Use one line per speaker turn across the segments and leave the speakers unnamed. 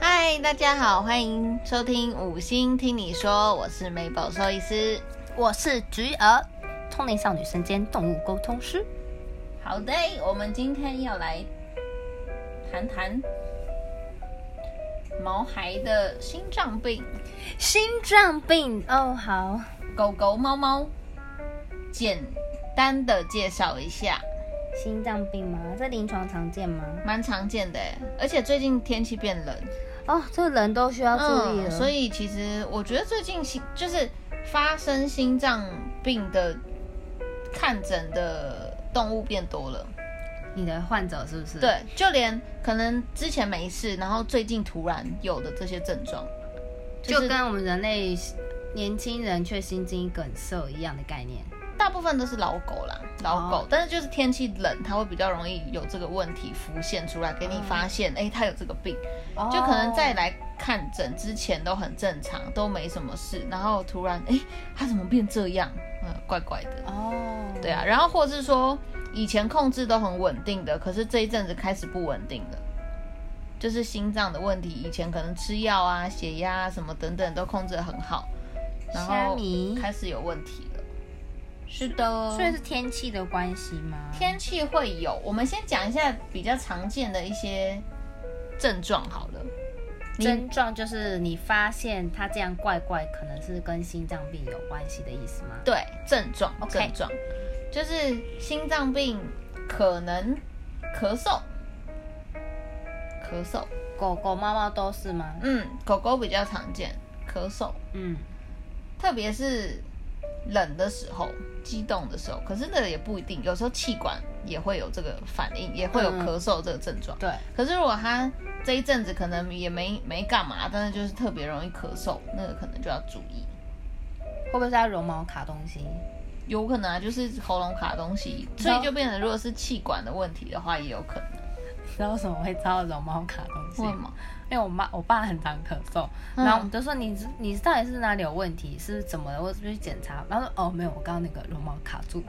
嗨，大家好，欢迎收听五星听你说，我是 Mabel 兽医师。
我是菊儿，通灵少女身兼动物沟通师。
好的，我们今天要来谈谈毛孩的心脏病，
心脏病哦，好，
狗狗、猫猫，简单的介绍一下，
心脏病吗？这临床常见吗？
蛮常见的耶，而且最近天气变冷，
哦，这人都需要注意了。
嗯，所以其实我觉得最近心就是发生心脏病的看诊的动物变多了。
你的患者是不是？，
对，就连可能之前没事，然后最近突然有的这些症状，
就是跟我们人类年轻人却心肌梗塞一样的概念。
大部分都是老狗啦，老狗，
哦
但是就是天气冷，它会比较容易有这个问题浮现出来，给你发现，哎、它有这个病，
哦
就可能在来看诊之前都很正常，都没什么事，然后突然，哎、它怎么变这样？嗯，怪怪的。
哦，
对啊，然后或是说以前控制都很稳定的，可是这一阵子开始不稳定了，就是心脏的问题。以前可能吃药啊、血压啊什么等等都控制得很好，然
虾
后
米
开始有问题了。是的，
所以是天气的关系吗？
天气会有。我们先讲一下比较常见的一些症状好了。你
症状就是你发现它这样怪怪，可能是跟心脏病有关系的意思吗？
对，症状
OK
症状就是心脏病可能咳嗽，咳嗽。
狗狗、猫猫都是吗？
嗯，狗狗比较常见咳嗽，
嗯，
特别是冷的时候、激动的时候。可是那个也不一定，有时候气管也会有这个反应，也会有
嗯
咳嗽这个症状。
对。
可是如果它这一阵子可能也没没干嘛，但是就是特别容易咳嗽，那个可能就要注意。
会不会是它绒毛卡东西？
有可能啊，就是喉咙卡东西，所以就变成如果是气管的问题的话，也有可能。
你知道为什么会知道绒毛卡东西
为什
吗？
么？
因为我妈我爸很常咳嗽，
嗯
然后我们就说你你到底是哪里有问题？是怎么了？我是不是去检查？然后说哦没有，我刚刚那个绒毛卡住，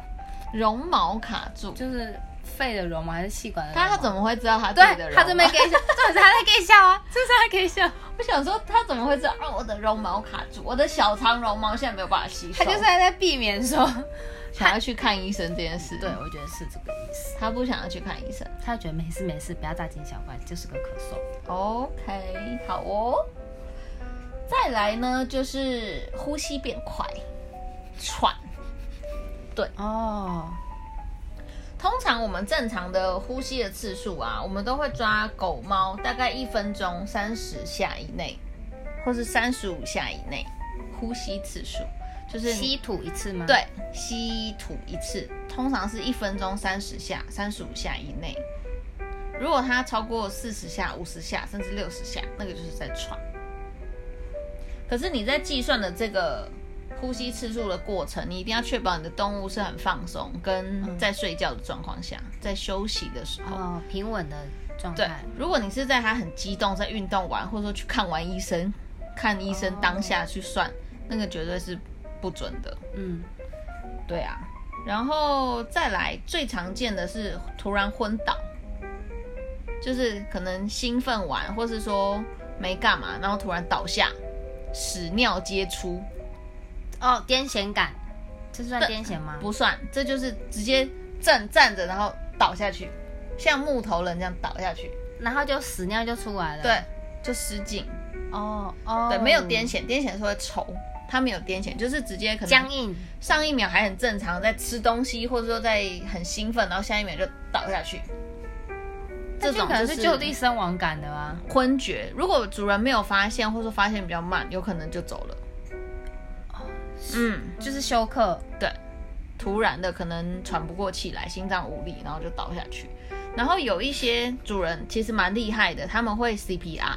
绒毛卡住，
就是肺的绒毛还是气管的绒
他
毛？
他怎么会知道他自己的
对
绒
他这边
毛
给笑，重点是他在给笑 啊，这是他给笑，
我想说，他怎么会知道？哦，我的绒毛卡住，我的小长绒毛现在没有办法吸收。
他就是还在避免 说，
想要去看医生这件事。
对，我觉得是这个意思。
他不想要去看医生。
他觉得没事没事，不要大惊小怪，就是个咳嗽。
OK，好哦。再来呢，就是呼吸变快，喘。
哦，
通常我们正常的呼吸的次数啊，我们都会抓狗猫大概一分钟三十下以内，或是三十五下以内呼吸次数，就是你
吸吐一次吗？，
对，吸吐一次，通常是一分钟三十下、三十五下以内。如果它超过四十下、五十下，甚至六十下，那个就是在喘。可是你在计算的这个呼吸次数的过程，你一定要确保你的动物是很放松，跟在睡觉的状况下，在休息的时候。
哦，平稳的状
对
态。，
如果你是在它很激动，在运动完，或者说去看完医生，看医生当下去算，那个绝对是不准的。
嗯，
对啊，然后再来最常见的是突然昏倒，就是可能兴奋完，或是说没干嘛，然后突然倒下，屎尿皆出，
哦，癫痫感，这算癫痫吗？
不算，这就是直接站站着然后倒下去，像木头人这样倒下去，
然后就屎尿就出来了。
对，，就失禁，
哦哦，
对，没有癫痫，癫痫是会稠。他没有癫痫，就是直接可能
僵硬，
上一秒还很正常，在吃东西或者说在很兴奋，然后下一秒就倒下去。这种
那可能
就是是
就地身亡感的啊。
昏厥，如果主人没有发现，或者说发现比较慢，有可能就走了。嗯，
就是休克，
对，突然的可能喘不过气来，心脏无力，然后就倒下去。然后有一些主人其实蛮厉害的，他们会 CPR，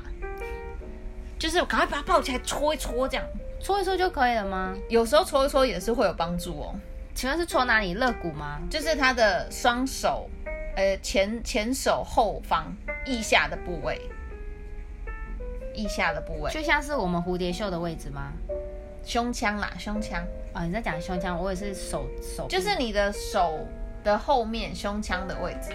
就是赶快把它抱起来戳一戳，这样
搓一搓就可以了吗？
有时候戳一戳也是会有帮助哦。
请问是搓哪里？肋骨吗？
就是他的双手，呃，前前手后方腋下的部位，腋下的部位，
就像是我们蝴蝶袖的位置吗？
胸腔啦，胸腔，
哦，你在讲胸腔，我也是手手臂，
就是你的手的后面胸腔的位置，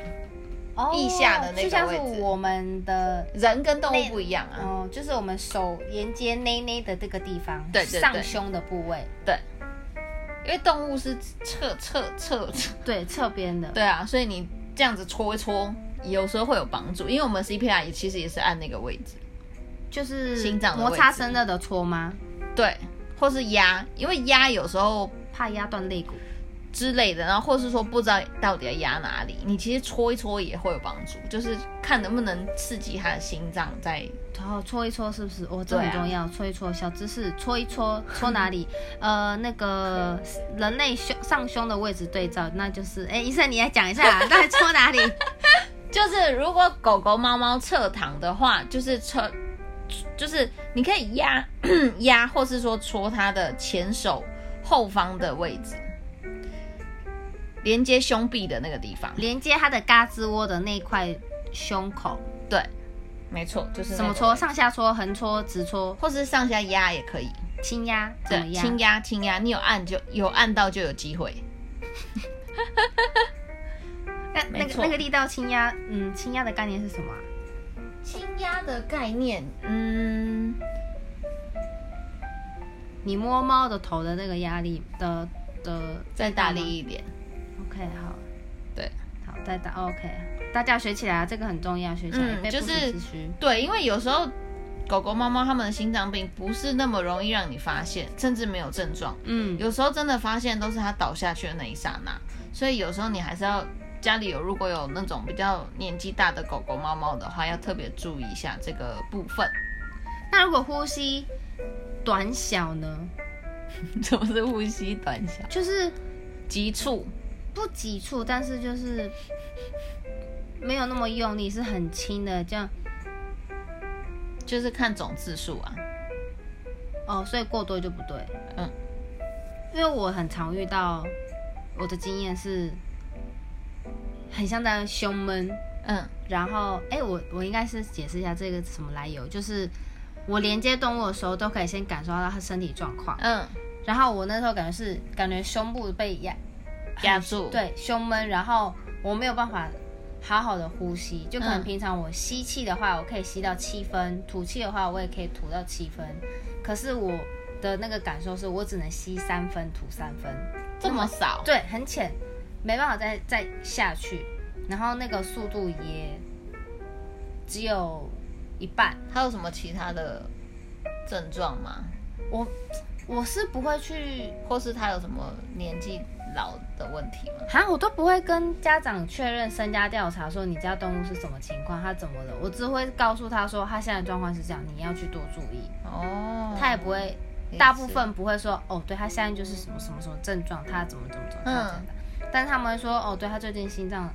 哦，
腋下的那
就
个
像
位
是
置。
我们的
人跟动
内
物不一样啊，
哦，就是我们手连接内内的这个地方，
对对对
上胸的部位，
对，因为动物是侧侧侧，侧
对，侧边的，
对啊，所以你这样子搓一搓，有时候会有帮助，因为我们 CPR 也其实也是按那个位置，
就是
心脏的
摩
位
擦
置
生热的搓吗？
对，或是压，因为压有时候
怕压断肋骨。
之类的，然后或是说不知道到底要压哪里，你其实搓一搓也会有帮助，就是看能不能刺激他的心脏在
然后搓一搓是不是？哦，这
对
很
啊
重要，搓一搓小知识，搓一搓，搓哪 里？呃，那个人类胸上胸的位置对照，那就是，哎，医生你来讲 一下，到底搓哪里？
就是如果狗狗、猫猫侧躺的话，就是侧，就是你可以压 压，或是说戳它的前手后方的位置，连接胸壁的那个地方。
连接它的嘎吱窝的那一块胸口，
对，没错，就是那个
怎么搓？，上下搓、横搓、直搓、
或是上下压也可以。
轻压，怎么
对，
压？
轻压轻压，你有按就有按到就有机会。
那那
没
个
错
那个力道轻压，嗯，轻压的概念是什么啊、
轻压的概念，嗯，
你摸猫的头的那个压力的的
再大力一点。
，OK，好，
对，
好，再大，OK，大家学起来啊，这个很重要，学起来，
嗯
被
就
不
是
时之需。
对，因为有时候狗狗、猫猫它们的心脏病不是那么容易让你发现，甚至没有症状。
嗯，
有时候真的发现都是它倒下去的那一刹那，所以有时候你还是要家里有如果有那种比较年纪大的狗狗、猫猫的话，要特别注意一下这个部分。
那如果呼吸短小呢，
怎么是呼吸短小、
就是
急促？
不急促，但是就是没有那么用力，是很轻的，这样
就是看总字数啊。
哦，所以过多就不对。
嗯，
因为我很常遇到，我的经验是，很像在胸闷，
嗯
然后哎、诶我我应该是解释一下这个什么来由，就是我连接动物的时候都可以先感受到它身体状况，
嗯，
然后我那时候感觉是感觉胸部被压，
压住。，
对，胸闷，然后我没有办法。好好的呼吸，就可能
嗯
平常我吸气的话，我可以吸到七分；吐气的话，我也可以吐到七分。可是我的那个感受是我只能吸三分，吐三分。
这么少。
对，很浅，没办法再再下去，然后那个速度也只有一半。
还有什么其他的症状吗？
我我是不会去，
或是他有什么年纪老的问题吗？
哈，我都不会跟家长确认身家调查，说你家动物是什么情况，它怎么了，我只会告诉他说他现在状况是这样，你要去多注意。
哦，
他也不会，
也
大部分不会说哦，对他现在就是什么什么什么症状，他怎么怎么怎么怎么
嗯
怎么的。但是他们会说哦，对他最近心脏，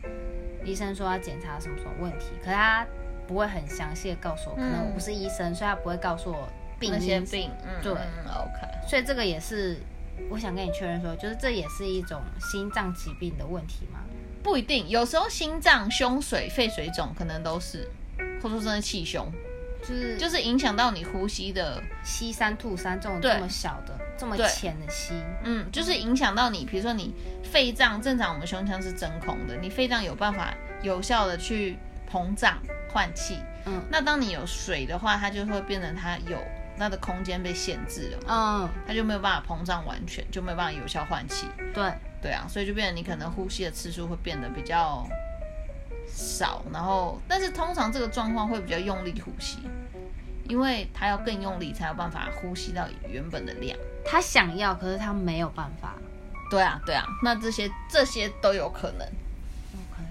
医生说要哦检查什么什么问题，可是他不会很详细的告诉我，可能
嗯
我不是医生，所以他不会告诉我病
那些
因。
病，嗯，
对
嗯，OK，
所以这个也是我想跟你确认说，就是这也是一种心脏疾病的问题嘛。
不一定，有时候心脏、胸水、肺水肿可能都是，或者说真的气胸，
就是
就是影响到你呼吸的，
吸三吐三这种
对
这么小的、这么
对
浅的吸，
嗯，就是影响到你，比如说你肺脏，正常我们胸腔是真空的，你肺脏有办法有效的去膨胀换气，
嗯
那当你有水的话，它就会变成它有它的空间被限制了嘛，
嗯，
它就没有办法膨胀完全，就没有办法有效换气。
对，
对啊，所以就变得你可能呼吸的次数会变得比较少，然后但是通常这个状况会比较用力呼吸，因为它要更用力才有办法呼吸到原本的量。
他想要，可是他没有办法。
对啊，对啊，那这些这些都有可能。
OK，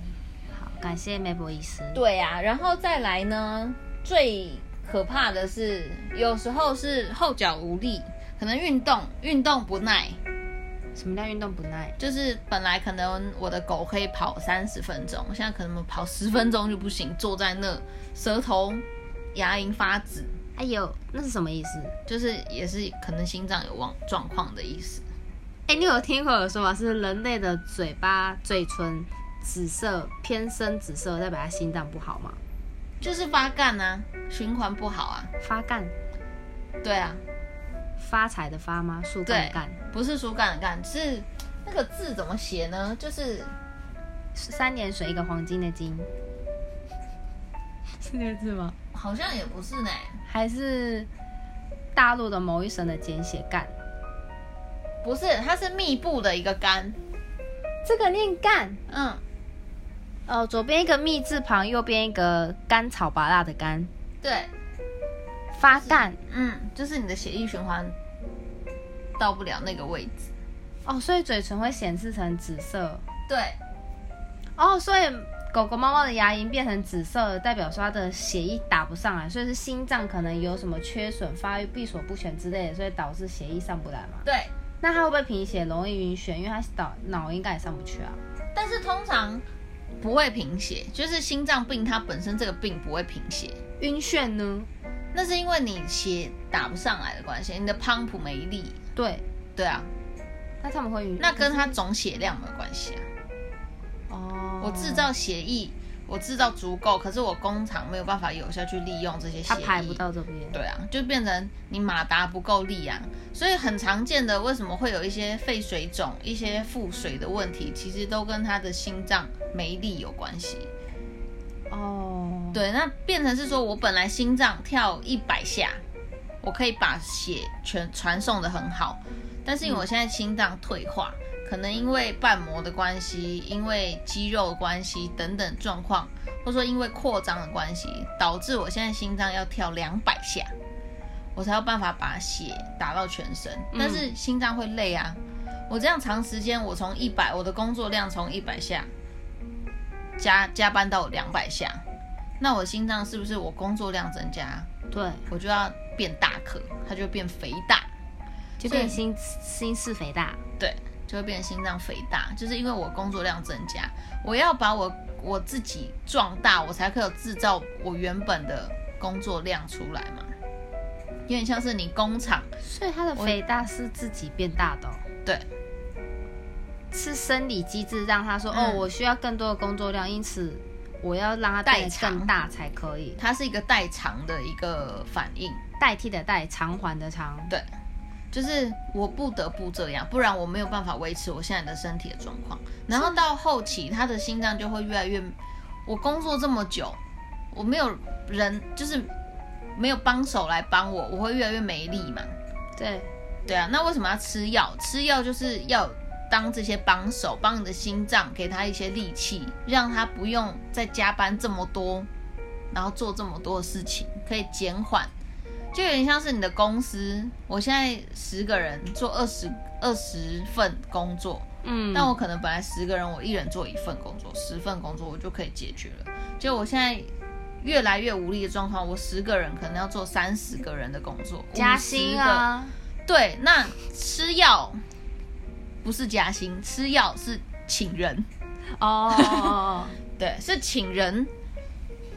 好，感谢梅博医师。
对啊，然后再来呢，最可怕的是有时候是后脚无力，可能运动运动不耐，
什么叫运动不耐？
就是本来可能我的狗可以跑三十分钟，现在可能跑十分钟就不行，坐在那舌头牙龈发紫，
哎呦，那是什么意思？
就是也是可能心脏有状状况的意思。
哎，你有听过有说法是人类的嘴巴、嘴唇紫色偏深紫色，代表它心脏不好吗？
就是发干啊，循环不好啊，
发干，
对啊，
发财的发吗？树干的干，
不是疏干的干，是那个字怎么写呢？就是
三点水一个黄金的金，四个字吗？
好像也不是呢。
还是大陆的某一省的简写干？
不是，它是密布的一个干。
这个念干
嗯，
哦，左边一个密字旁，右边一个甘草拔辣的甘，
对，
发干
嗯，就是你的血液循环到不了那个位置。
哦，所以嘴唇会显示成紫色
对，
哦，所以狗狗、猫猫的牙龈变成紫色了，代表说它的血液打不上来，所以是心脏可能有什么缺损、发育闭锁不全之类的，所以导致血液上不来嘛。
对，
那它会不会贫血、容易晕眩？因为它脑脑应该也上不去啊。
但是通常不会贫血，就是心脏病它本身这个病不会贫血，
晕眩呢？
那是因为你血打不上来的关系，你的 pump 没力。
对，
对啊，
那他们会晕。
那跟它总血量有关系啊。
哦，
我制造血液，我制造足够，可是我工厂没有办法有效去利用这些血
它
液，
排不到这边。
对啊，就变成你马达不够力啊，所以很常见的为什么会有一些肺水肿、一些腹水的问题，其实都跟他的心脏没力有关系。
哦，
对，那变成是说我本来心脏跳一百下，我可以把血全传送的很好，但是因为我现在心脏退化，可能因为瓣膜的关系，因为肌肉的关系等等状况，或者说因为扩张的关系，导致我现在心脏要跳两百下，我才有办法把血打到全身，但是心脏会累啊。我这样长时间，我从一百，我的工作量从一百下加加班到两百下，那我心脏是不是我工作量增加，
对，
我就要变大颗，它就变肥大，
就变心心室肥大。
对，就会变成心脏肥大，就是因为我工作量增加，我要把我我自己壮大，我才可以制造我原本的工作量出来嘛，有点像是你工厂
所以它的肥大是自己变大的、哦，
对，
是生理机制让它说、
嗯
哦，我需要更多的工作量，因此我要让它变
代
得
偿
更大才可以，
它是一个代偿的一个反应，
代替的代，偿还的偿。
对，就是我不得不这样，不然我没有办法维持我现在的身体的状况。然后到后期，他的心脏就会越来越，我工作这么久，我没有人就是没有帮手来帮我，我会越来越没力嘛。
对，
对啊，那为什么要吃药？吃药就是要当这些帮手，帮你的心脏给他一些力气，让他不用再加班这么多，然后做这么多的事情，可以减缓。就有点像是你的公司，我现在十个人做二十二十份工作，
嗯
但我可能本来十个人，我一人做一份工作，十份工作我就可以解决了。就我现在越来越无力的状况，我十个人可能要做三十个人的工作，
加薪啊，
对，那吃药不是加薪，吃药是请人，
哦哦哦，
对，是请人。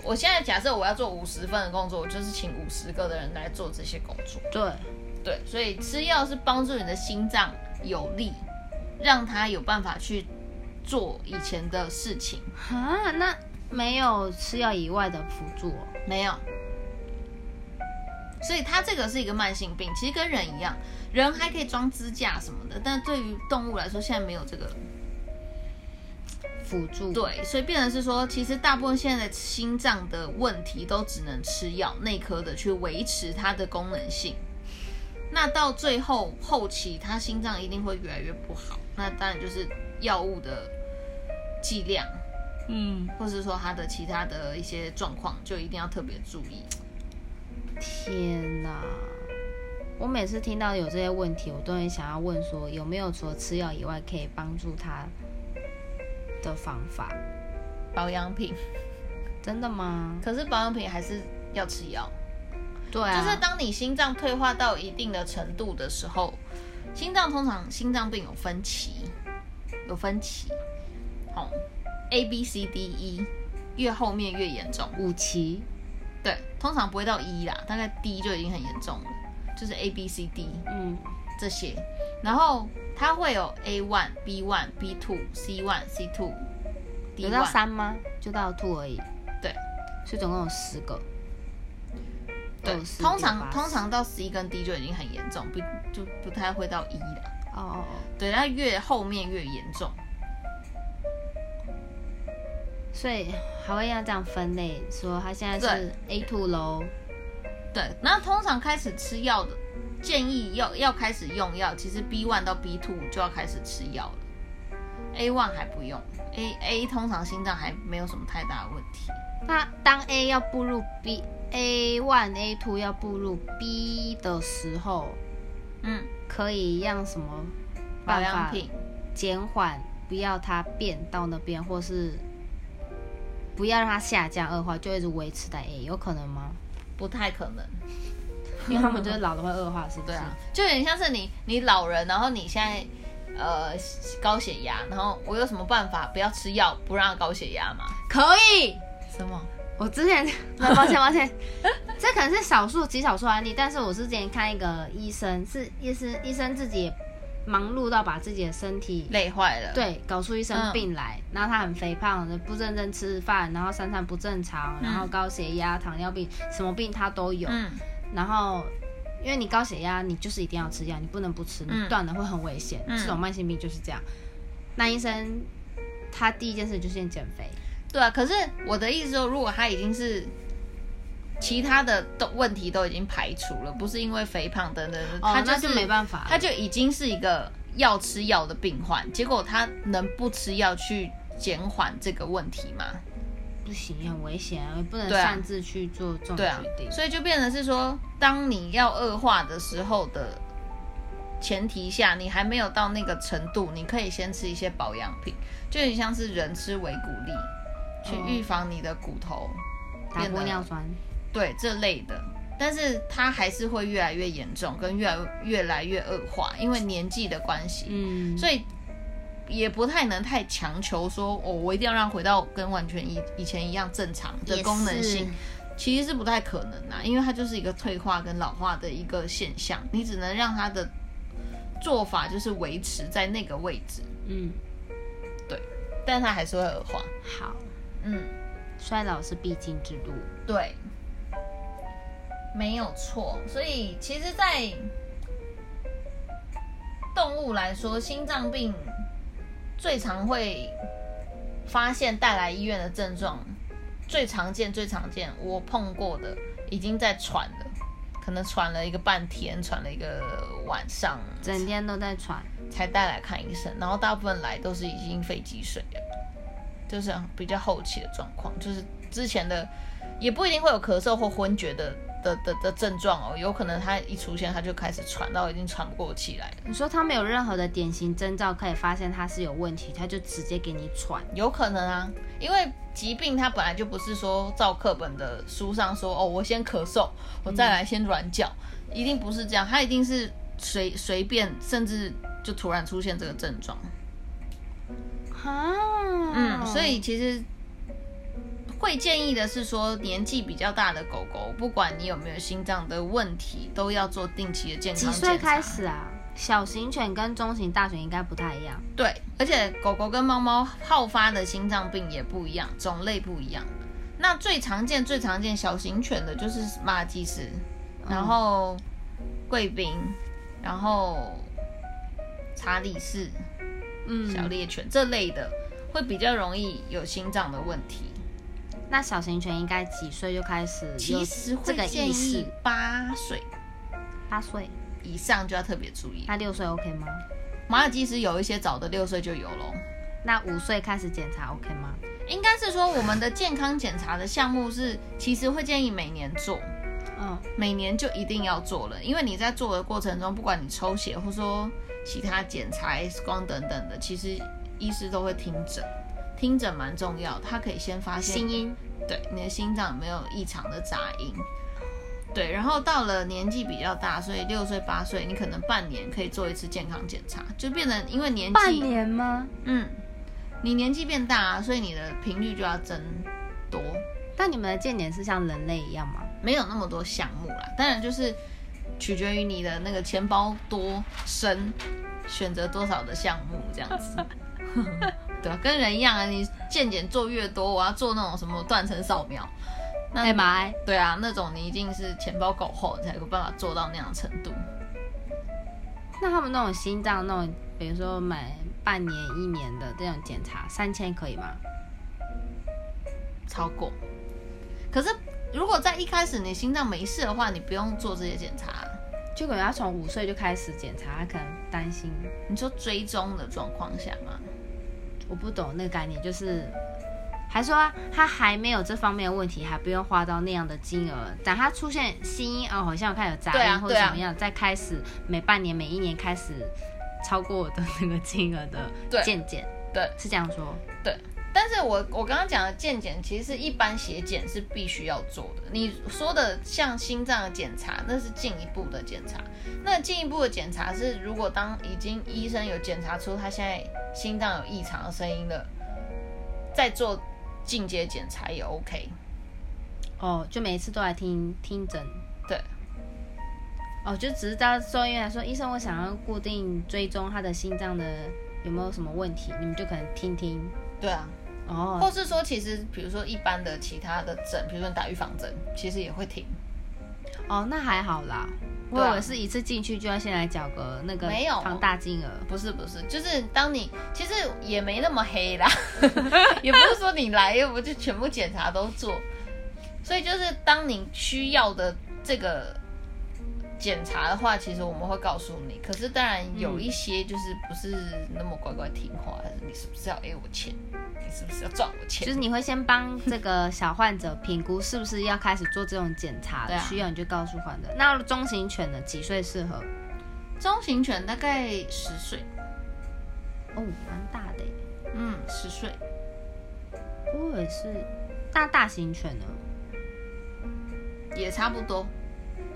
我现在假设我要做五十份的工作，我就是请五十个的人来做这些工作。
对，
对，所以吃药是帮助你的心脏有力，让它有办法去做以前的事情。
啊，那没有吃药以外的辅助、哦，
没有。所以它这个是一个慢性病，其实跟人一样，人还可以装支架什么的，但对于动物来说，现在没有这个
辅助，
对，所以变成是说，其实大部分现在的心脏的问题都只能吃药内科的去维持它的功能性。那到最后后期，它心脏一定会越来越不好。那当然就是药物的剂量，
嗯，
或是说它的其他的一些状况，就一定要特别注意。
天哪！我每次听到有这些问题，我都很想要问说，有没有除了吃药以外可以帮助他的方法？
保养品，
真的吗？
可是保养品还是要吃药。
对啊
就是当你心脏退化到一定的程度的时候，心脏通常心脏病有分期，有分期，好、a B C D E，越后面越严重。
五期，
对，通常不会到一、啦，大概 D 就已经很严重了，就是 A B C D
嗯，
这些，然后它会有 A one、B one、B two、C one、C two、D
有到
one，
三吗？就到 two 而已。
对，
所以总共有十个。
对
六，哦四
通
六八
常
十
通常到 C 跟 D 就已经很严重，不就不太会到一、啦。
哦哦哦，
对，它越后面越严重。
所以还会要这样分类，说他现在是 A two 喽，
对，那通常开始吃药的建议要要开始用药，其实 B one 到 B two 就要开始吃药了，A one 还不用，A A 通常心脏还没有什么太大的问题。
那当 A 要步入 B A one A two 要步入 B 的时候，
嗯，
可以让什么
保
办
养
法
品，
减缓，不要它变到那边，或是不要让它下降恶化，就一直维持在 A，有可能吗？
不太可能。
因为他们就是老了会恶化，是不是？
对啊，就有点像是你你老人，然后你现在呃高血压，然后我有什么办法不要吃药不让高血压吗？
可以。
什么？
我之前，那抱歉抱歉，这可能是少数极少数案例，但是我是之前看一个医生，是医生医生自己也忙碌到把自己的身体
累坏了？，
对搞出一身
嗯
病来，然后他很肥胖，不认真吃饭，然后三餐不正常，然后高血压、糖尿病，什么病他都有，
嗯，
然后。因为你高血压，你就是一定要吃药，你不能不吃，你
嗯
断了会很危险。
嗯
这种慢性病就是这样。那医生他第一件事就是先减肥，
对啊。可是我的意思说，如果他已经是其他的都问题都已经排除了，不是因为肥胖等等，
哦
他
那
是
就没办法了
他就已经是一个要吃药的病患，结果他能不吃药去减缓这个问题吗？
不行，很危险啊，不能
对啊
擅自去做这种
对啊
决定。，
所以就变成是说，当你要恶化的时候的前提下，你还没有到那个程度，你可以先吃一些保养品，就很像是人吃维骨力，去
哦
预防你的骨头
打
变得
玻尿酸，
对这类的。但是它还是会越来越严重，跟越来越来越恶化，因为年纪的关系，
嗯，
所以也不太能太强求说，哦，我一定要让回到跟完全以以前一样正常的功能性。其实是不太可能啊，因为它就是一个退化跟老化的一个现象，你只能让它的做法就是维持在那个位置，
嗯，
但它还是会恶化。
好，
嗯，
衰老是必经之路。
对，没有错。所以其实，在动物来说，心脏病最常会发现带来医院的症状，最常见、最常见，我碰过的已经在喘了，可能喘了一个半天，喘了一个晚上
整天都在喘，
才带来看医生，然后大部分来都是已经肺积水了，就是比较后期的状况，就是之前的也不一定会有咳嗽或昏厥的的的的症状哦，有可能他一出现他就开始喘到已经喘不过气来了，
你说他没有任何的典型征兆可以发现他是有问题，他就直接给你喘。
有可能啊，因为疾病它本来就不是说照课本的书上说哦，我先咳嗽，我再来先软脚，一定不是这样，它一定是随随便甚至就突然出现这个症状。
哈，
嗯，
哦
所以其实会建议的是说，年纪比较大的狗狗，不管你有没有心脏的问题，都要做定期的健康
几
检查。
岁开？始啊？小型犬跟中型大犬应该不太一样，
对，而且狗狗跟猫猫好发的心脏病也不一样，种类不一样。那最常见、最常见小型犬的就是马尔济斯，
嗯
然后贵宾，然后查理士、
嗯
小猎犬这类的，会比较容易有心脏的问题。
那小型犬应该几岁就开始有
其实
这
会
个
建
意识
议？八岁
八岁，
以上就要特别注意。
那六岁 OK 吗？
马尔济斯有一些早的六岁就有咯，
那五岁开始检查 OK 吗？
应该是说我们的健康检查的项目是，其实会建议每年做，
嗯，
每年就一定要做了，因为你在做的过程中，不管你抽血或说其他检查、X 光等等的，其实医师都会听诊，听诊蛮重要，它可以先发现
心音
对，你的心脏有没有异常的杂音。对，然后到了年纪比较大，所以六岁八岁，你可能半年可以做一次健康检查，就变成因为年纪，
年吗？
嗯，你年纪变大、啊，所以你的频率就要增多，
但你们的健检是像人类一样吗？
没有那么多项目啦。当然就是取决于你的那个钱包多深，选择多少的项目这样子。 对啊，跟人一样啊，你健检做越多，我要做那种什么断层扫描，那
哎妈哎，
对啊，那种你一定是钱包够厚，你才有办法做到那样的程度。
那他们那种心脏那种，比如说买半年、一年的这种检查，三千可以吗？
超过。可是如果在一开始你心脏没事的话，你不用做这些检查。
就感觉他从五岁就开始检查，他可能担心，
你说追踪的状况下吗？
我不懂那个概念，就是还说啊他还没有这方面的问题，还不用花到那样的金额。等他出现新婴儿，好像有看有杂
对啊
音或
对啊
怎么样，再开始每半年、每一年开始超过我的那个金额
对
的渐渐，
对
是这样说。
但是我我刚刚讲的健检，其实是一般血检是必须要做的。你说的像心脏的检查，那是进一步的检查。那进一步的检查是，如果当已经医生有检查出他现在心脏有异常的声音了，再做进阶检查也 OK。
哦，就每一次都来听听诊。
对。
哦，就只是到兽医院来说，医生，我想要固定追踪他的心脏的有没有什么问题，你们就可能听听。
对啊，
哦，
或是说，其实比如说一般的其他的诊，比如说你打预防针，其实也会停。
哦，那还好啦。我
对啊
以为是一次进去就要先来缴个那个
没有
庞大 金额，
不是不是，就是当你其实也没那么黑啦，也不是说你来又不就全部检查都做，所以就是当你需要的这个检查的话，其实我们会告诉你。可是当然有一些就是不是那么乖乖听话，你是不是要 A 我钱？你是不是要赚我钱？
就是你会先帮这个小患者评估是不是要开始做这种检查，
对啊
需要你就告诉患者。那中型犬的几岁适合？
中型犬大概十岁，
哦，蛮大的耶。欸
嗯，十岁，
我也是。那大型犬呢？
也差不多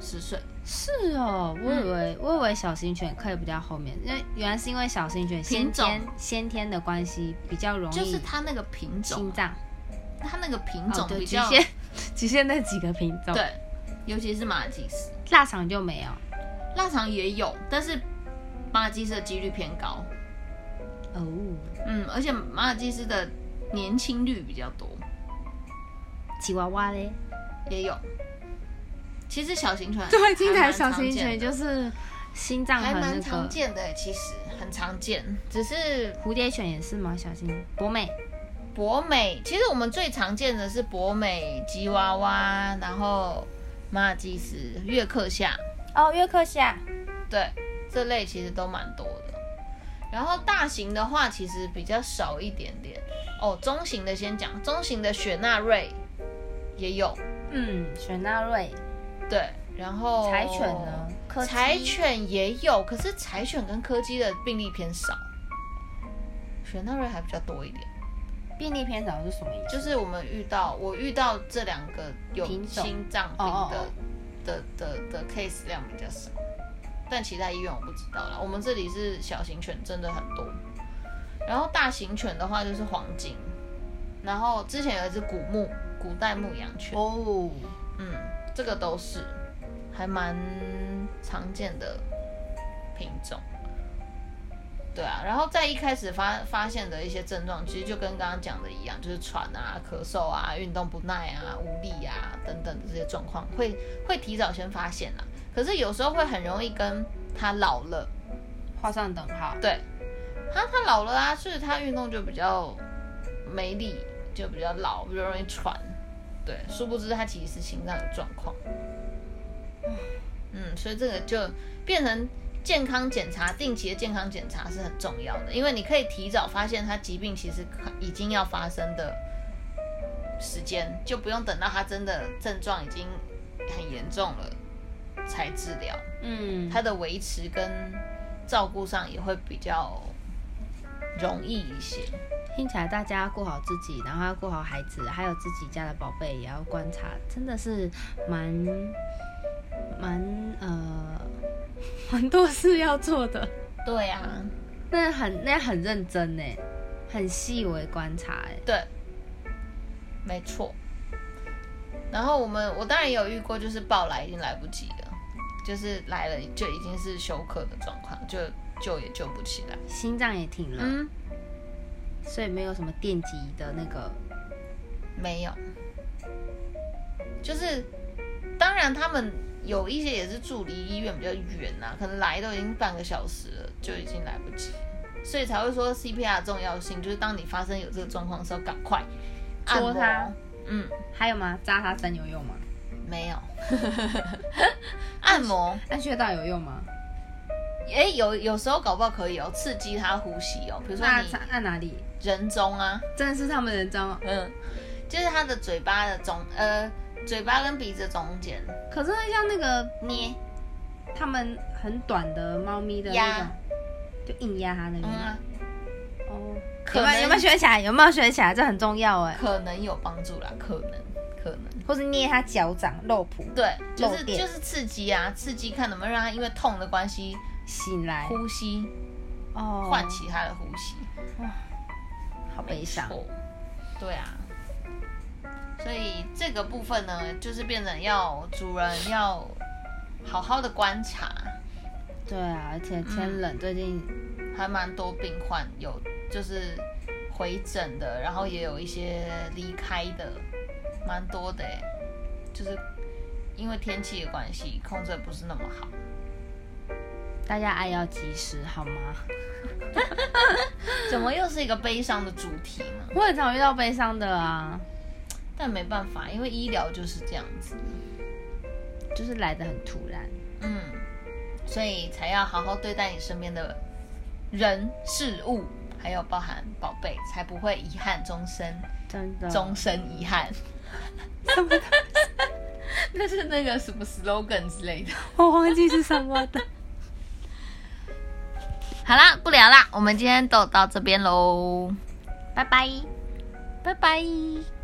十岁。
是哦，我以为、我以为小型犬可以比较后面，因为原来是因为小型犬先
品种
天先天的关系比较容易
就是它那个品种
心，脏
它那个品种
哦对
比较、
局限 局限那几个品种，，
对，尤其是马尔济斯，
腊肠就没有。
腊肠也有，但是马尔济斯的几率偏高。
哦，
嗯，而且马尔济斯的年轻率比较多，
吉娃娃嘞？
也有。其实小型犬
对，听
听
起
起
来
来
小
小
型
型
犬
犬
就
就是
心脏
还
很那
蛮常
个。
见的，其实很常见。只是
蝴蝶犬也是吗？小型博美
博美，其实我们最常见的是博美、吉娃娃，然后马尔济斯、约克夏，
哦，约克夏
对，这类其实都蛮多的。然后大型的话，其实比较少一点点。哦，中型的先讲，中型的雪纳瑞也有，
嗯，雪纳瑞
对。然后
柴犬呢？？柯基
柴犬也有，可是柴犬跟柯基的病例偏少，雪纳瑞还比较多一点。
病例偏少是什么意思？
就是我们遇到，我遇到这两个有
品种
心脏病的
哦哦哦
的的的 case 量比较少，但其他医院我不知道啦。我们这里是小型犬真的很多，然后大型犬的话就是黄金，然后之前有一只古牧，古代牧羊犬，
哦，
嗯，这个都是还蛮常见的品种。对啊，然后在一开始发发现的一些症状，其实就跟刚刚讲的一样，就是喘啊、咳嗽啊、运动不耐啊、无力啊等等的这些状况，会会提早先发现啦。可是有时候会很容易跟他老了，
画上等号。
对，他他老了啊，所以他运动就比较没力，就比较老，比较容易喘。对，殊不知他其实是心脏有状况。嗯，所以这个就变成健康检查，定期的健康检查是很重要的，因为你可以提早发现他疾病其实可已经要发生的时间，就不用等到他真的症状已经很严重了才治疗。
嗯，
它的维持跟照顾上也会比较容易一些。
听起来大家要顾好自己，然后要顾好孩子，还有自己家的宝贝也要观察，真的是蛮蛮呃 蛮多事要做的。
对啊，
那很那很认真呢，很细微观察哎。
对，没错。然后我们我当然也有遇过，就是报来已经来不及了，就是来了就已经是休克的状况，就救也救不起来。
心脏也停了，
嗯，
所以没有什么电极的那个。
没有，就是当然他们有一些也是住离医院比较远呐、可能来都已经半个小时了，就已经来不及，所以才会说 CPR 的重要性，就是当你发生有这个状况的时候，赶快按摩
戳它，
嗯，
还有吗？扎他针有用吗？
没 有。按摩，
按啊穴道有用吗？
哎、有有时候搞不好可以哦，刺激他呼吸哦，比如说
那
你
他按哪里？
人中啊，
真的是他们人中哦。
嗯，就是他的嘴巴的中，呃，嘴巴跟鼻子中间
可是像那个
捏，
他们很短的猫咪的那
压
种，就硬压它那个
嗯
吗。
啊，
哦，
可
有没
能
有有没有学起来？有没有学起来？这很重要哎。
可能有帮助啦，可能可能。
或是捏它脚掌肉脯
对，就
漏
是
电
就是刺激啊，刺激看能不能让他因为痛的关系
醒来，
呼吸，
哦，
唤起他的呼吸。
好悲伤。
错对啊，所以这个部分呢，就是变成要主人要好好的观察，
对啊，而且天
嗯
冷，最近
还蛮多病患有就是回诊的，然后也有一些离开的，蛮多的欸，就是因为天气的关系，控制得不是那么好。
大家爱要及时好吗？
怎么又是一个悲伤的主题呢？
我很常遇到悲伤的啊，
但没办法，因为医疗就是这样子，
就是来的很突然。
嗯，所以才要好好对待你身边的人事物，还有包含宝贝，才不会遗憾终身，
真的，
终身遗憾。
什么的，
那是那个什么 slogan 之类的。
我忘记是什么的。
好啦，不聊啦，我们今天都到这边喽，
拜拜，
拜拜。
拜。